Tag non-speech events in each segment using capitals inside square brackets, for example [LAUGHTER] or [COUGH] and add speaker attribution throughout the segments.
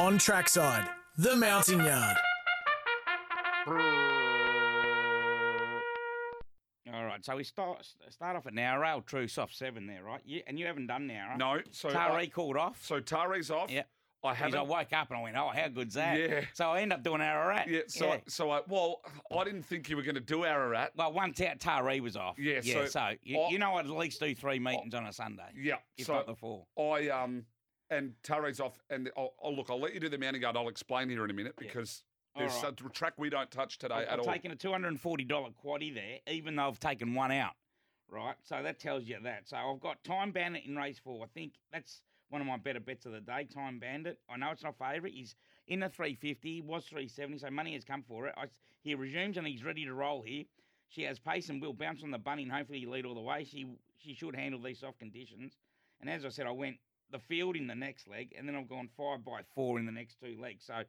Speaker 1: On Trackside, The Mountain Yard.
Speaker 2: All right, so we start start off at Nowra, true soft seven there, right? You, and you haven't done Nowra.
Speaker 3: No, so
Speaker 2: Tari
Speaker 3: I-
Speaker 2: called off.
Speaker 3: So Tare's off.
Speaker 2: yeah,
Speaker 3: I
Speaker 2: Because
Speaker 3: haven't.
Speaker 2: I woke up and I went, oh, how good's that?
Speaker 3: Yeah.
Speaker 2: So I end up doing Ararat.
Speaker 3: yeah. So I, so I well, I didn't think you were going to do Ararat.
Speaker 2: well, one ta- Tari was off.
Speaker 3: Yeah,
Speaker 2: yeah. So,
Speaker 3: so
Speaker 2: you,
Speaker 3: I-
Speaker 2: you know, I'd at least do three meetings on a Sunday.
Speaker 3: Yeah.
Speaker 2: if
Speaker 3: so
Speaker 2: not the four.
Speaker 3: I um and Tare's off, and I'll, I'll look. I'll let you do the mounting guard. I'll explain here in a minute because
Speaker 2: All
Speaker 3: there's
Speaker 2: right.
Speaker 3: a track we don't touch today
Speaker 2: I've,
Speaker 3: at
Speaker 2: I've
Speaker 3: all.
Speaker 2: taken a two hundred and forty dollar quaddy there, even though I've taken one out. Right, so that tells you that. So I've got Time Bandit in race four. I think that's one of my better bets of the day. Time Bandit. I know it's not favourite. He's in the three fifty. Was three seventy. So money has come for it. I s he resumes and he's ready to roll here. She has pace and will bounce on the bunny and hopefully lead all the way. She she should handle these soft conditions. And as I said, I went the field in the next leg, and then I've gone five by four in the next two legs. So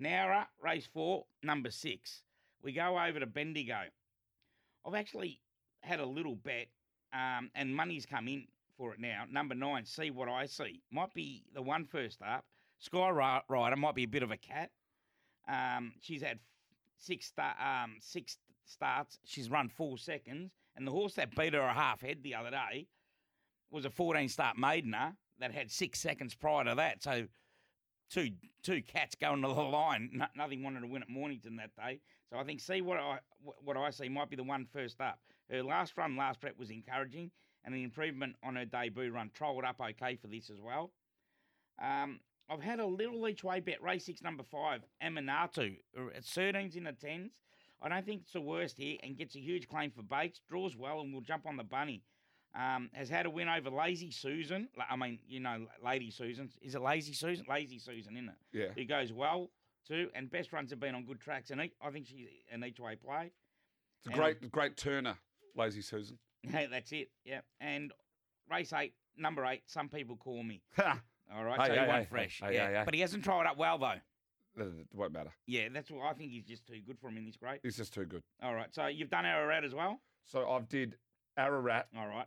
Speaker 2: Nowra, race four, number six. We go over to Bendigo. I've actually had a little bet, um, and money's come in for it now. Number nine, see what I see. Might be the one first up. Sky Ri- Rider might be a bit of a cat. Um, she's had six sta- um, six starts. She's run four seconds, and the horse that beat her a half head the other day was a 14 start maidener that had six seconds prior to that. So two two cats going to the line. No, nothing wanted to win at Mornington that day. So I think see what I wh- what I see might be the one first up. Her last run last prep was encouraging, and an improvement on her debut run trolled up okay for this as well. Um, I've had a little each way bet race six number five Aminatu at 13s in the tens. I don't think it's the worst here and gets a huge claim for Bates. Draws well and will jump on the bunny. Um, has had a win over Lazy Susan. La- I mean, you know, Lady Susan. Is it Lazy Susan? Lazy Susan, isn't it?
Speaker 3: Yeah.
Speaker 2: who goes well too, and best runs have been on good tracks, and e, I think she's an each way play. [LAUGHS]
Speaker 3: It's a
Speaker 2: and-
Speaker 3: great great Turner, Lazy Susan. [LAUGHS]
Speaker 2: Hey, that's it. Yeah, and race eight, number eight. Some people call me.
Speaker 3: Ha!
Speaker 2: All right,
Speaker 3: Hey,
Speaker 2: so
Speaker 3: hey,
Speaker 2: he won
Speaker 3: hey,
Speaker 2: fresh.
Speaker 3: hey,
Speaker 2: yeah,
Speaker 3: hey, hey.
Speaker 2: but he hasn't tried up well though.
Speaker 3: That- that won't matter.
Speaker 2: Yeah, that's what I think. He's just too good for him in this grade.
Speaker 3: It's just too good.
Speaker 2: All right, so you've done Ararat as well.
Speaker 3: So I've did Ararat.
Speaker 2: All right,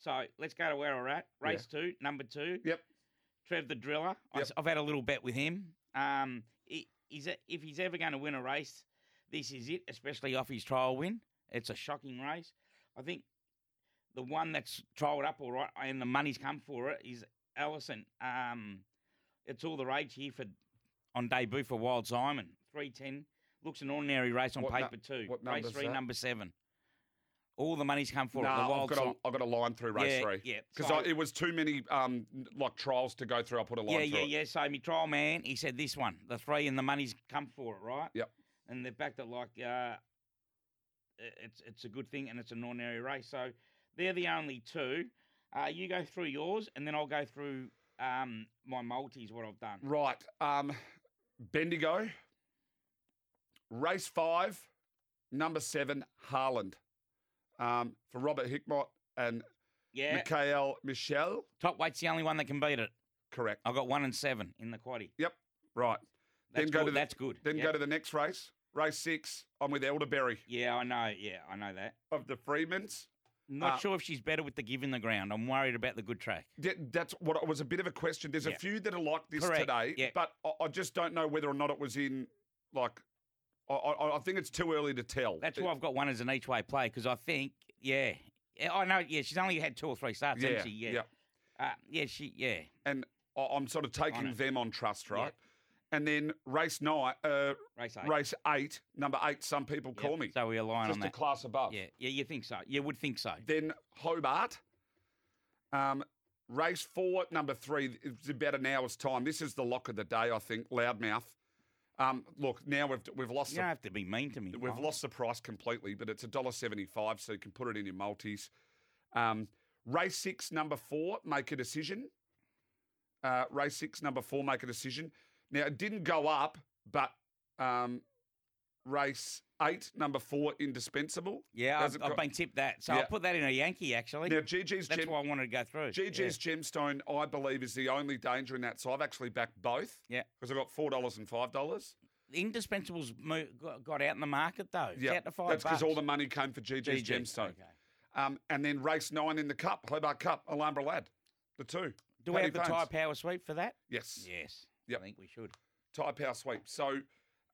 Speaker 2: so let's go to where we're at.
Speaker 3: Yeah.
Speaker 2: Race two, number two.
Speaker 3: Yep.
Speaker 2: Trev the Driller. I
Speaker 3: Yep.
Speaker 2: s- I've had a little bet with him. Um, he, he's a, if he's ever going to win a race, this is it, especially off his trial win. It's a shocking race. I think the one that's trialled up all right and the money's come for it is Allison. Um, it's all the rage here for on debut for Wild Simon. 310. Looks an ordinary race on
Speaker 3: What nu-
Speaker 2: paper, too.
Speaker 3: what
Speaker 2: race
Speaker 3: number's
Speaker 2: three,
Speaker 3: that?
Speaker 2: number seven. All the money's come for it. The
Speaker 3: Nah, I've
Speaker 2: Wild
Speaker 3: got
Speaker 2: Simon.
Speaker 3: a, I've got a line through race
Speaker 2: Yeah,
Speaker 3: three.
Speaker 2: yeah,
Speaker 3: Because
Speaker 2: so-
Speaker 3: it was too many um n- like trials to go through. I put a line
Speaker 2: Yeah,
Speaker 3: through.
Speaker 2: yeah,
Speaker 3: it.
Speaker 2: yeah. So my trial man, he said this one, the three and the money's come for it, right?
Speaker 3: Yep.
Speaker 2: And they've backed it like uh, i- it's it's a good thing and it's an ordinary race. So they're the only two. Uh, you go through yours and then I'll go through um, my multis, what I've done.
Speaker 3: Right. Um, Bendigo. Race five, number seven, Harland. Um, for Robert Hickmott and
Speaker 2: Yeah.
Speaker 3: Mikhail Michel.
Speaker 2: Top weight's the only one that can beat it.
Speaker 3: Correct.
Speaker 2: I've got one and seven in the quaddy.
Speaker 3: Right.
Speaker 2: That's
Speaker 3: Then go
Speaker 2: good.
Speaker 3: to the-
Speaker 2: That's good.
Speaker 3: Then
Speaker 2: Yep.
Speaker 3: go to the next race. Race six. I'm with Elderberry
Speaker 2: Yeah, I know. Yeah, I know that.
Speaker 3: of the Freemans.
Speaker 2: Not
Speaker 3: Uh,
Speaker 2: sure if she's better with the give in the ground. I'm worried about the good track.
Speaker 3: Th- That's what it was a bit of a question. There's
Speaker 2: Yeah.
Speaker 3: a few that are like this
Speaker 2: Correct.
Speaker 3: today,
Speaker 2: Yeah.
Speaker 3: but I, I just don't know whether or not it was in like. I, I, I think it's too early to tell.
Speaker 2: That's
Speaker 3: It-
Speaker 2: why I've got one as an each way play because I think, yeah. Yeah, I know, yeah, she's only had two or three starts, hasn't she? Yeah. Uh, yeah, she. Yeah.
Speaker 3: and I- I'm sort of taking
Speaker 2: it.
Speaker 3: them on trust, right? And then race nine, uh,
Speaker 2: Race eight.
Speaker 3: race eight, number eight. Some people
Speaker 2: Yep,
Speaker 3: call me
Speaker 2: So we align
Speaker 3: just
Speaker 2: on
Speaker 3: a
Speaker 2: that.
Speaker 3: class above.
Speaker 2: yeah. Yeah. You think so? You would think so.
Speaker 3: Then Hobart, um, race four, number three. It's about an hour's time. This is the lock of the day, I think. Loudmouth. Um, look, now we've we've lost
Speaker 2: You
Speaker 3: the-
Speaker 2: don't have to be mean to me. Oh.
Speaker 3: We've
Speaker 2: Mark.
Speaker 3: lost the price completely, but it's $1.75, so you can put it in your multis. Um, race six, number four, make a decision. Uh, race six, number four, make a decision. Now, it didn't go up, but um, race eight, number four, indispensable.
Speaker 2: Yeah, I've,
Speaker 3: Hasn't
Speaker 2: I've
Speaker 3: got-
Speaker 2: been tipped that. So
Speaker 3: Yeah.
Speaker 2: I'll put that in a Yankee, actually.
Speaker 3: Now, GG's,
Speaker 2: That's
Speaker 3: gem-
Speaker 2: why I wanted to go through.
Speaker 3: GG's gemstone, I believe, is the only danger in that. So I've actually backed both.
Speaker 2: Yeah.
Speaker 3: Because I've got $4 and $5.
Speaker 2: Yeah. Indispensables mo- got- got out in the market, though. It's
Speaker 3: Yeah.
Speaker 2: out to five
Speaker 3: That's because all the
Speaker 2: bucks.
Speaker 3: money came for GG's
Speaker 2: GG.
Speaker 3: gemstone.
Speaker 2: Okay.
Speaker 3: Um, and then race nine in the Cup, Hobart Cup, Alhambra Lad. The two.
Speaker 2: Do we
Speaker 3: Paddy
Speaker 2: have the
Speaker 3: Payne's.
Speaker 2: Thai Power Sweep for that?
Speaker 3: Yes.
Speaker 2: Yes.
Speaker 3: Yep.
Speaker 2: I think we should.
Speaker 3: Tie power sweep. So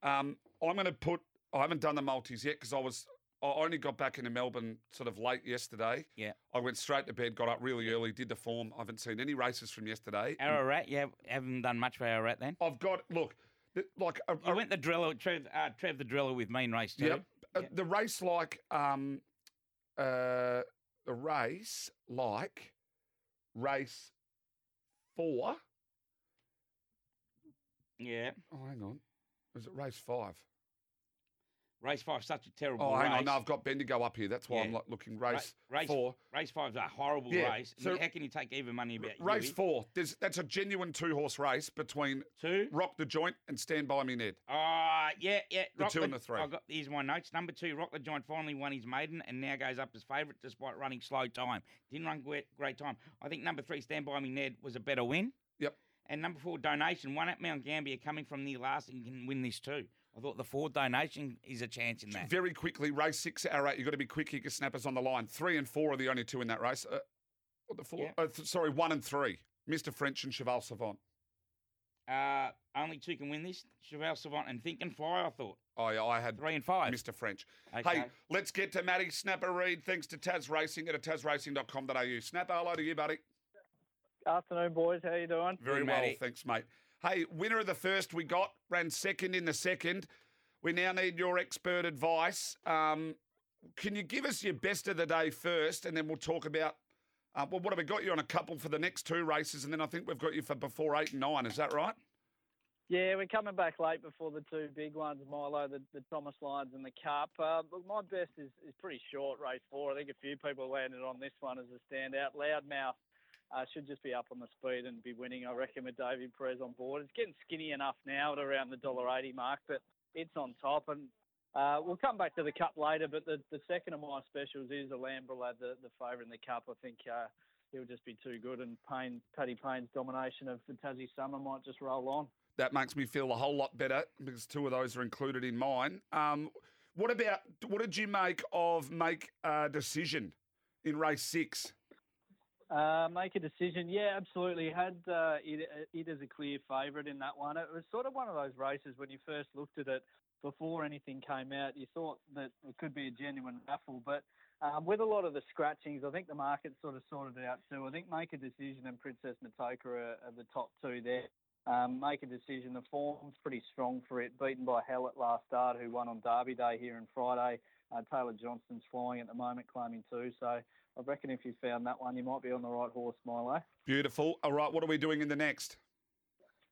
Speaker 3: um, I'm going to put, I haven't done the multis yet because I was, I only got back into Melbourne sort of late yesterday.
Speaker 2: Yeah.
Speaker 3: I went straight to bed, got up really early, did the form. I haven't seen any races from yesterday.
Speaker 2: Ararat, you have, haven't done much for Ararat then?
Speaker 3: I've got, look, th- like, a,
Speaker 2: You
Speaker 3: a-
Speaker 2: went the driller, Trev, uh, Trev the driller with me in race two.
Speaker 3: Oh. Yep. Uh,
Speaker 2: Yep.
Speaker 3: the race like um uh the race like race four.
Speaker 2: Yeah.
Speaker 3: Oh hang on. Was it race five?
Speaker 2: Race five, such a terrible
Speaker 3: Oh,
Speaker 2: race.
Speaker 3: hang on. No, I've got Bendigo up here. That's why I'm
Speaker 2: Yeah.
Speaker 3: like looking
Speaker 2: Ra-
Speaker 3: race, four.
Speaker 2: Race five's a horrible
Speaker 3: Yeah,
Speaker 2: race. I
Speaker 3: so-
Speaker 2: mean, how can you take even money about
Speaker 3: R- race
Speaker 2: Huey?
Speaker 3: four. There's, that's a genuine two horse race between
Speaker 2: Two.
Speaker 3: Rock the Joint and Stand By Me Ned.
Speaker 2: Ah, yeah, yeah.
Speaker 3: The
Speaker 2: Rock
Speaker 3: two and the three.
Speaker 2: I got, here's my notes. Number two, Rock the Giant finally won his maiden and now goes up as favourite despite running slow time. Didn't run great, great time. I think number three, Stand By Me Ned, was a better win.
Speaker 3: Yep.
Speaker 2: And number four, Donation, one at Mount Gambier coming from near last and can win this too. I thought the four donation is a chance in that.
Speaker 3: Very quickly, race six, all right, you've got to be quick here 'cause snappers on the line. Three and four are the only two in that race. Uh, what the four?
Speaker 2: Yeah.
Speaker 3: Uh, th- sorry, one and three. Mr. French and Cheval Savant.
Speaker 2: Uh, only two can win this. Chevelle Savant and Think and Fly, I thought.
Speaker 3: I, I had
Speaker 2: Three and five.
Speaker 3: Mr. French. Hey,
Speaker 2: Okay.
Speaker 3: let's get to Matty Snapper Reed. Thanks to Taz Racing at tazracing.com.au. Snapper, hello to you, buddy.
Speaker 4: Afternoon, boys. How you doing?
Speaker 3: Very
Speaker 2: Hey,
Speaker 3: well,
Speaker 2: Matty.
Speaker 3: thanks, mate. Hey, winner of the first we got, ran second in the second. We now need your expert advice. Um, can you give us your best of the day first, and then we'll talk about, uh, well, what have we got you on a couple for the next two races, and then I think we've got you for before eight and nine. Is that right?
Speaker 4: Yeah, we're coming back late before the two big ones, Milo, the, the Thomas Lyons and the Cup. Uh, look, my best is, is pretty short, race four. I think a few people landed on this one as a standout. Loudmouth uh, should just be up on the speed and be winning, I reckon, with David Perez on board. It's getting skinny enough now at around the $1.80 mark, but it's on top. And uh, we'll come back to the Cup later, but the, the second of my specials is Alhambra Lad, the, the favourite in the Cup. I think uh, he'll just be too good, and Payne, Paddy Payne's domination of the Tassie Summer might just roll on.
Speaker 3: That makes me feel a whole lot better because two of those are included in mine. Um, what about what did you make of make a decision in race six?
Speaker 4: Uh, make a decision. Yeah, absolutely. Had uh, it, it as a clear favourite in that one. It was sort of one of those races when you first looked at it before anything came out, you thought that it could be a genuine raffle. But um, with a lot of the scratchings, I think the market sort of sorted it out too. I think Make a Decision and Princess Matoka are, are the top two there. Um, make a decision. The form's pretty strong for it. Beaten by Hell at last start, who won on Derby Day here on Friday. Uh, Taylor Johnston's flying at the moment, claiming two. So I reckon if you found that one, you might be on the right horse, Milo.
Speaker 3: Beautiful. All right, what are we doing in the next?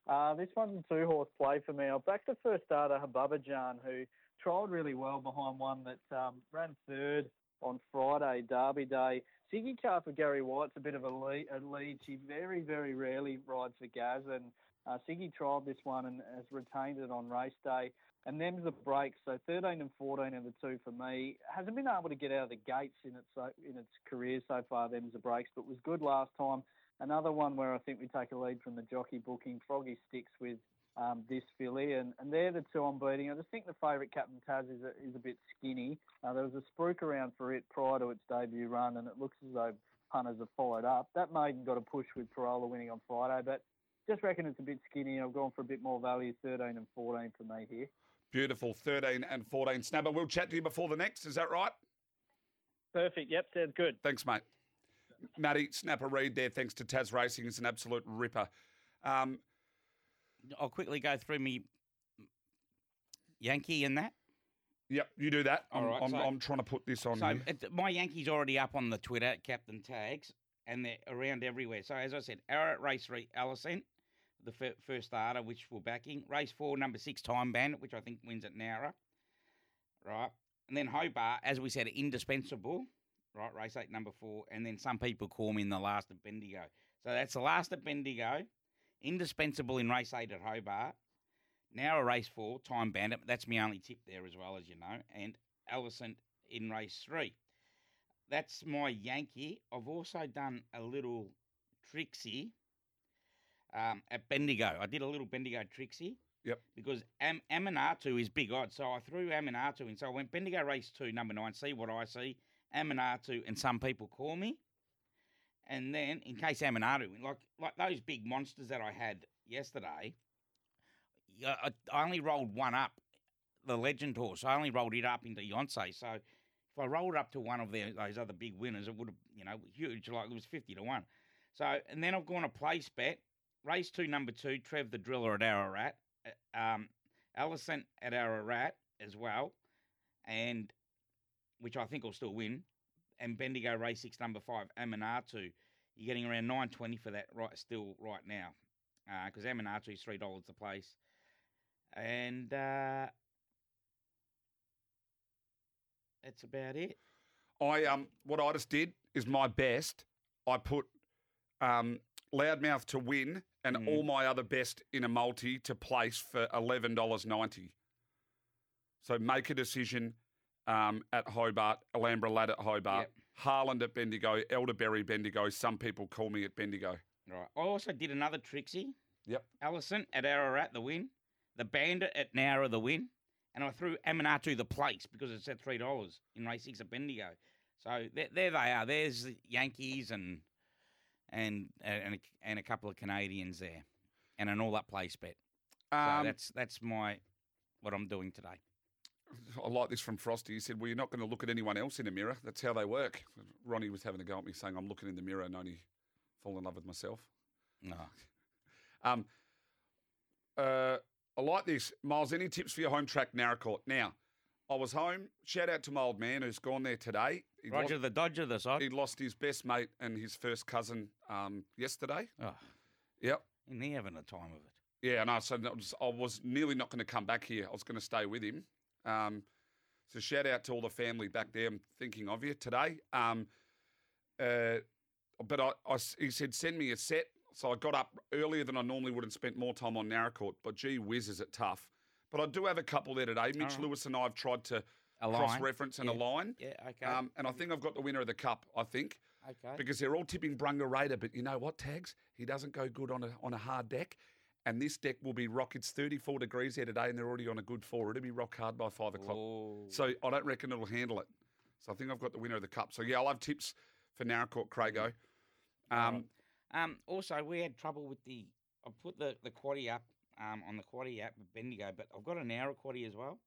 Speaker 4: Uh, this one's a two horse play for me. I'll back the first starter, Hababajan, who trialled really well behind one that um, ran third on Friday, Derby Day. Siggy car for Gary White's a bit of a lead. A lead. She very, very rarely rides for Gaz, and uh, Siggy trialled this one and has retained it on race day. And them's the breaks. So 13 and 14 are the two for me. Hasn't been able to get out of the gates in its so- in its career so far. Them's the breaks, but was good last time. Another one where I think we take a lead from the jockey booking, Froggy Sticks with um, this filly, and, and they're the two I'm beating. I just think the favourite, Captain Taz, is a, is a bit skinny. Uh, there was a spruik around for it prior to its debut run, and it looks as though punters have followed up. That maiden got a push with Parola winning on Friday, but just reckon it's a bit skinny, and I've gone for a bit more value, 13 and 14 for me here.
Speaker 3: Beautiful. 13 and 14. Snapper, we'll chat to you before the next. Is that right?
Speaker 4: Perfect. Yep, sounds good.
Speaker 3: Thanks, mate. Matty, snap a read there. Thanks to Taz Racing, it's an absolute ripper. Um,
Speaker 2: I'll quickly go through me Yankee and that.
Speaker 3: yep, you do that. I'm,
Speaker 2: All right,
Speaker 3: I'm,
Speaker 2: so-
Speaker 3: I'm trying to put this on.
Speaker 2: So
Speaker 3: here.
Speaker 2: it, my Yankees already up on the Twitter, Captain Tags, and they're around everywhere. So as I said, Ararat Race Three, Allison, the fir- first starter, which we're backing. Race Four, number six, Time Bandit, which I think wins at Nowra, right? And then Hobart, as we said, indispensable, right? Race Eight, number four, and then some people call me in the last of Bendigo. So that's the last at Bendigo, indispensable in race eight at Hobart. Now a race four, Time Bandit. That's my only tip there as well, as you know, and Ellison in race three. That's my Yankee. I've also done a little Trixie um, at Bendigo. I did a little Bendigo Trixie.
Speaker 3: Yep.
Speaker 2: Because Am- Aminatu is big odds, so I threw Aminatu in. So I went Bendigo race two, number nine. See what I see. Aminatu, and some people call me. And then, in case Aminatu, like like those big monsters that I had yesterday, yeah, I, I only rolled one up, the Legend horse. I only rolled it up into Yonsei. So if I rolled up to one of their, those other big winners, it would have, you know, huge. Like it was fifty to one. So and then I've gone a place bet, race two, number two, Trev the Driller at Ararat, uh, um, Allison at Ararat as well, and which I think will still win, and Bendigo race six, number five, Aminatu. You're getting around nine twenty for that right still right now, because Aminatu is three dollars a place, and. uh that's about it.
Speaker 3: I um, what I just did is my best. I put um, Loudmouth to win and
Speaker 2: Mhm.
Speaker 3: all my other best in a multi to place for eleven dollars ninety. So make a decision um, at Hobart, Alhambra Lad at Hobart,
Speaker 2: Yep.
Speaker 3: Harland at Bendigo, Elderberry Bendigo. Some people call me at Bendigo.
Speaker 2: Right. I also did another Trixie.
Speaker 3: Yep.
Speaker 2: Allison at Ararat, the win. The Bandit at Nowra, the win. And I threw Aminatu the place because it's at $3 in race six at Bendigo. So there, there they are. There's the Yankees and and and a, and a couple of Canadians there, and an all-up place bet. So
Speaker 3: Um,
Speaker 2: that's that's my what I'm doing today.
Speaker 3: I like this from Frosty. He said, "Well, you're not going to look at anyone else in a mirror. That's how they work." Ronnie was having a go at me, saying, "I'm looking in the mirror and only fall in love with myself."
Speaker 2: No.
Speaker 3: Um, uh, I like this. Miles, any tips for your home track, Narracourt? Now, I was home. Shout out to my old man who's gone there today. He,
Speaker 2: Roger
Speaker 3: lost,
Speaker 2: the Dodger, the side.
Speaker 3: he lost his best mate and his first cousin um, yesterday.
Speaker 2: Oh,
Speaker 3: Yep.
Speaker 2: and he having a time of it.
Speaker 3: Yeah, and I said that was, I was nearly not going to come back here. I was going to stay with him. Um, so shout out to all the family back there. I'm thinking of you today. Um, uh, but I, I s- he said send me a set, so I got up earlier than I normally would and spent more time on Narracourt. But gee whiz, is it tough? But I do have a couple there today. Mitch
Speaker 2: right.
Speaker 3: Lewis and I have tried to
Speaker 2: Align.
Speaker 3: cross-reference and
Speaker 2: Oh. Yeah.
Speaker 3: align.
Speaker 2: Yeah, okay.
Speaker 3: Um, and I think I've got the winner of the cup. I think
Speaker 2: okay.
Speaker 3: because they're all tipping Brunga Raider, but you know what, Tags? He doesn't go good on a, on a hard deck. And this deck will be rock. It's 34 degrees here today, and they're already on a good four. It'll be rock hard by five o'clock.
Speaker 2: Ooh.
Speaker 3: So I don't reckon it'll handle it. So I think I've got the winner of the cup. So yeah, I'll have tips for Narracourt, Crago. Um,
Speaker 2: Um, also, we had trouble with the. I put the the quaddy up um, on the quaddy app with Bendigo, but I've got an hour quaddy as well,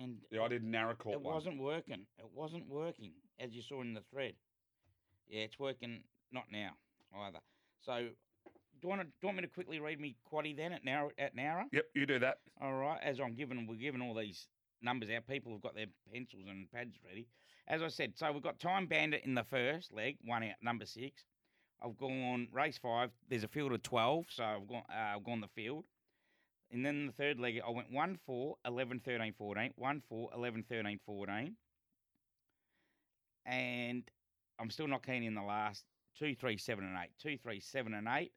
Speaker 2: and
Speaker 3: yeah, I did Narracourt
Speaker 2: it
Speaker 3: one.
Speaker 2: wasn't working. It wasn't working as you saw in the thread. Yeah, it's working not now either. So, do you want to do you want me to quickly read me quaddy then at now at Nara?
Speaker 3: Yep, you do that.
Speaker 2: All right, as I'm giving, we're giving all these numbers out. People have got their pencils and pads ready. As I said, so we've got Time Bandit in the first leg, one out, number six. I've gone race five. There's a field of twelve, so I've gone. Uh, I've gone the field, and then the third leg, I went 1 4, 11, 13, 14, 1 4, 11, 13, 14. And I'm still not keen in the last two, three, seven, and eight. Two, three, seven, and eight,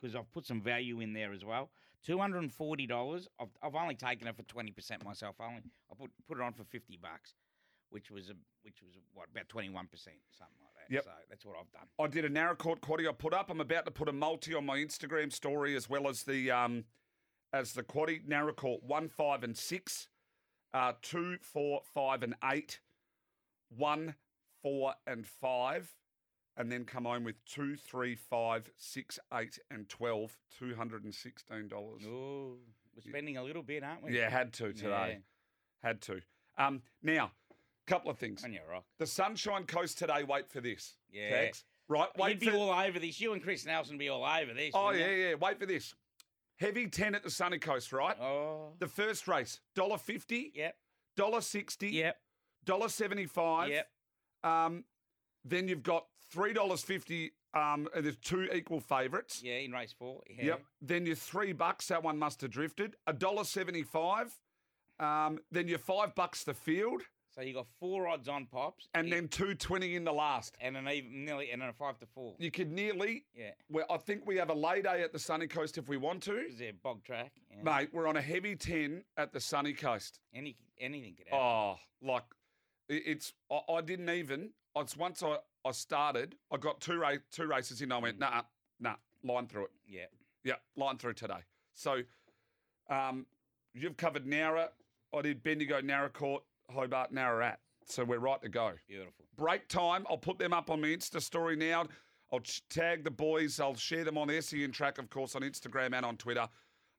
Speaker 2: because I've put some value in there as well. Two hundred and forty dollars. I've, I've only taken it for twenty percent myself. I only I put put it on for fifty bucks, which was a which was what about twenty one percent something like that.
Speaker 3: Yep.
Speaker 2: So that's what I've done.
Speaker 3: I did a Narracourt quaddy I put up. I'm about to put a multi on my Instagram story as well as the um, as the quaddy Narracourt one, five, and six, uh, two, four, five, and eight, one, four, and five, and then come home with two, three, five, six, eight, and twelve, two hundred and sixteen dollars.
Speaker 2: Oh, we're spending a little bit, aren't we?
Speaker 3: Yeah, had to today.
Speaker 2: Yeah.
Speaker 3: Had to. Um, now, Couple of things.
Speaker 2: On your rock.
Speaker 3: The Sunshine Coast today, wait for this.
Speaker 2: Yeah.
Speaker 3: Tags. Right,
Speaker 2: You'd
Speaker 3: wait
Speaker 2: be
Speaker 3: for
Speaker 2: all over this. You and Chris Nelson would be all over this.
Speaker 3: Oh,
Speaker 2: wouldn't
Speaker 3: yeah,
Speaker 2: you?
Speaker 3: yeah. Wait for this. Heavy 10 at the Sunny Coast, right?
Speaker 2: Oh.
Speaker 3: The first race, $1.50,
Speaker 2: Yep.
Speaker 3: $1.60,
Speaker 2: Yep.
Speaker 3: $1.75.
Speaker 2: Yep.
Speaker 3: Um, then you've got $3.50, um, and there's two equal favourites.
Speaker 2: Yeah. In race four. Yeah.
Speaker 3: Yep. Then you're three bucks. That one must have drifted. A dollar seventy-five. Um, then you're five bucks the field,
Speaker 2: So you got four odds on pops,
Speaker 3: and
Speaker 2: i-
Speaker 3: then two twenty in the last.
Speaker 2: and an even nearly and a five to four.
Speaker 3: You could nearly.
Speaker 2: Yeah.
Speaker 3: Well, I think we have a lay day at the sunny coast if we want to,
Speaker 2: Because they're bog track. Yeah.
Speaker 3: mate. We're on a heavy ten at the sunny coast.
Speaker 2: Any anything could happen.
Speaker 3: Oh, like i- it's. I, I didn't even. It's once I, I started, I got two ra- two races in. I went nah, nah, line through it.
Speaker 2: Yeah.
Speaker 3: Yeah, line through today. So um, you've covered Nowra. I did Bendigo, Nowra Court, Hobart, Nowra So we're right to go.
Speaker 2: Beautiful.
Speaker 3: Break time. I'll put them up on my Insta story now. I'll ch- tag the boys. I'll share them on SEN Track, of course, on Instagram and on Twitter.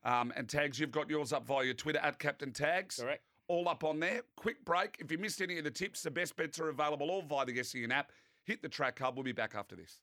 Speaker 3: Um, and tags, you've got yours up via your Twitter at Captain Tags.
Speaker 2: Correct.
Speaker 3: All up on there. Quick break. E If you missed any of the tips, the best bets are available all via the SEN app. Hit the track hub. We'll be back after this.